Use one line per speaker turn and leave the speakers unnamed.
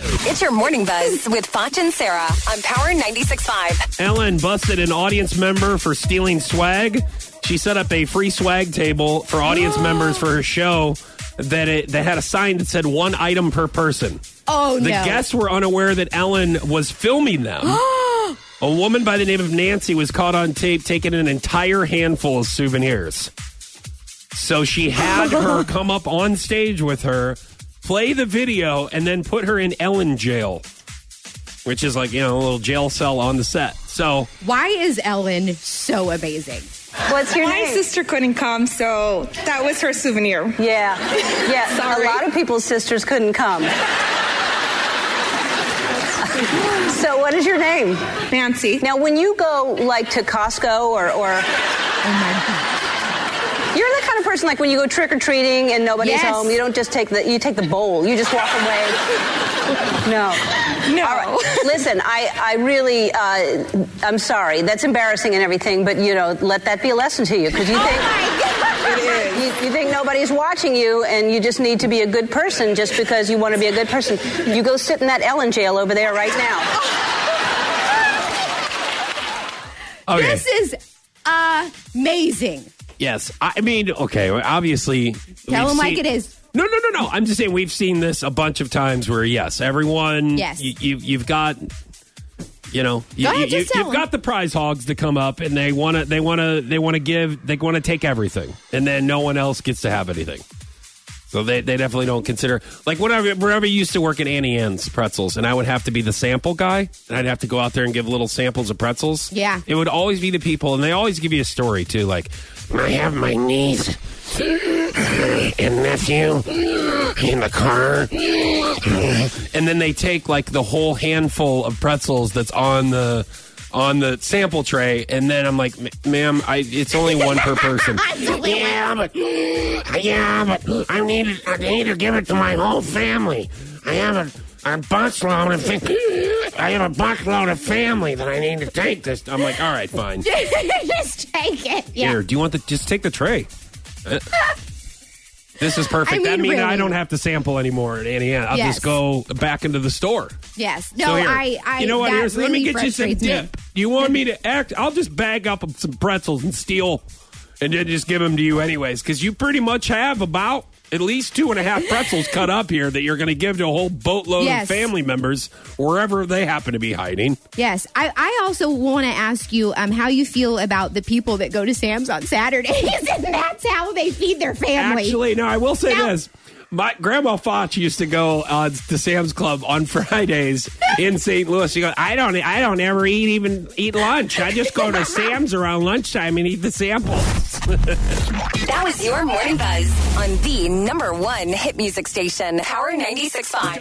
It's your morning buzz with Foch and Sarah on Power 96.5.
Ellen busted an audience member for stealing swag. She set up a free swag table for audience members for her show that it that had a sign that said one item per person.
Oh
The
no!
guests were unaware that Ellen was filming them. a woman by the name of Nancy was caught on tape taking an entire handful of souvenirs. So she had her come up on stage with her, play the video, and then put her in Ellen jail, which is like, you know, a little jail cell on the set. So
Why is Ellen so amazing?
What's your
My sister couldn't come, so that was her souvenir.
Yeah. Yeah.
Sorry.
A lot of people's sisters couldn't come. so what is your name?
Nancy.
Now when you go like to Costco or, or
Oh my god!
you're the kind of person like when you go trick or treating and nobody's
Yes.
home, you don't just take the you take the bowl. You just walk away. No.
No.
All right. Listen, I, I really, uh, I'm sorry. That's embarrassing and everything, but you know, let that be a lesson to you because
Oh
you think you, you think nobody's watching you, and you just need to be a good person just because you want to be a good person. You go sit in that Ellen jail over there right now.
okay.
This is amazing.
Yes, I I mean, okay. well, Obviously,
Tell
we've
him like
seen-
it is.
No, no, no, no. I'm just saying we've seen this a bunch of times where yes, everyone.
Yes.
you, you, you've got. You know, you,
ahead,
you,
just tell
have
him.
got the prize hogs to come up, and they want to, they want to, they want to give, they want to take everything, and then no one else gets to have anything. So they, they definitely don't consider like whenever whenever you used to work at Annie Ann's pretzels, and I would have to be the sample guy, and I'd have to go out there and give little samples of pretzels.
Yeah.
it would always be the people, and they always give you a story too. Like I have my niece and nephew in the car, and then they take like the whole handful of pretzels that's on the on the sample tray, and then I'm like, "Ma- ma'am, I, it's only one per person.
Yeah, but yeah, but I need it. I need to give it to my whole family. I have a, a busload of thi- I have a busload of family that I need to take this.
I'm like, all right, fine.
just take it. Yeah.
Here, do you want the? Just take the tray. Uh, this is perfect.
I
that
mean,
means I
really.
don't have to sample anymore at Annie Ann. I'll
Yes.
just go back into the store.
Yes. No.
so here,
Oh, I. I.
you know what?
That
Here's,
really
let me get you some.
frustrates
Yeah.
me.
You want me to act? I'll just bag up some pretzels and steal, and then just give them to you anyways, because you pretty much have about at least two and a half pretzels cut up here that you're going to give to a whole boatload
Yes.
of family members wherever they happen to be hiding.
Yes. I. I also want to ask you um how you feel about the people that go to Sam's on Saturdays and that's how they feed their family.
Actually, no, I will say
Now-
this. My grandma Foch used to go uh, to Sam's Club on Fridays in St. Louis. She goes, I don't, I don't ever eat even eat lunch. I just go to Sam's around lunchtime and eat the samples.
That was your morning buzz on the number one hit music station, Power 96.5.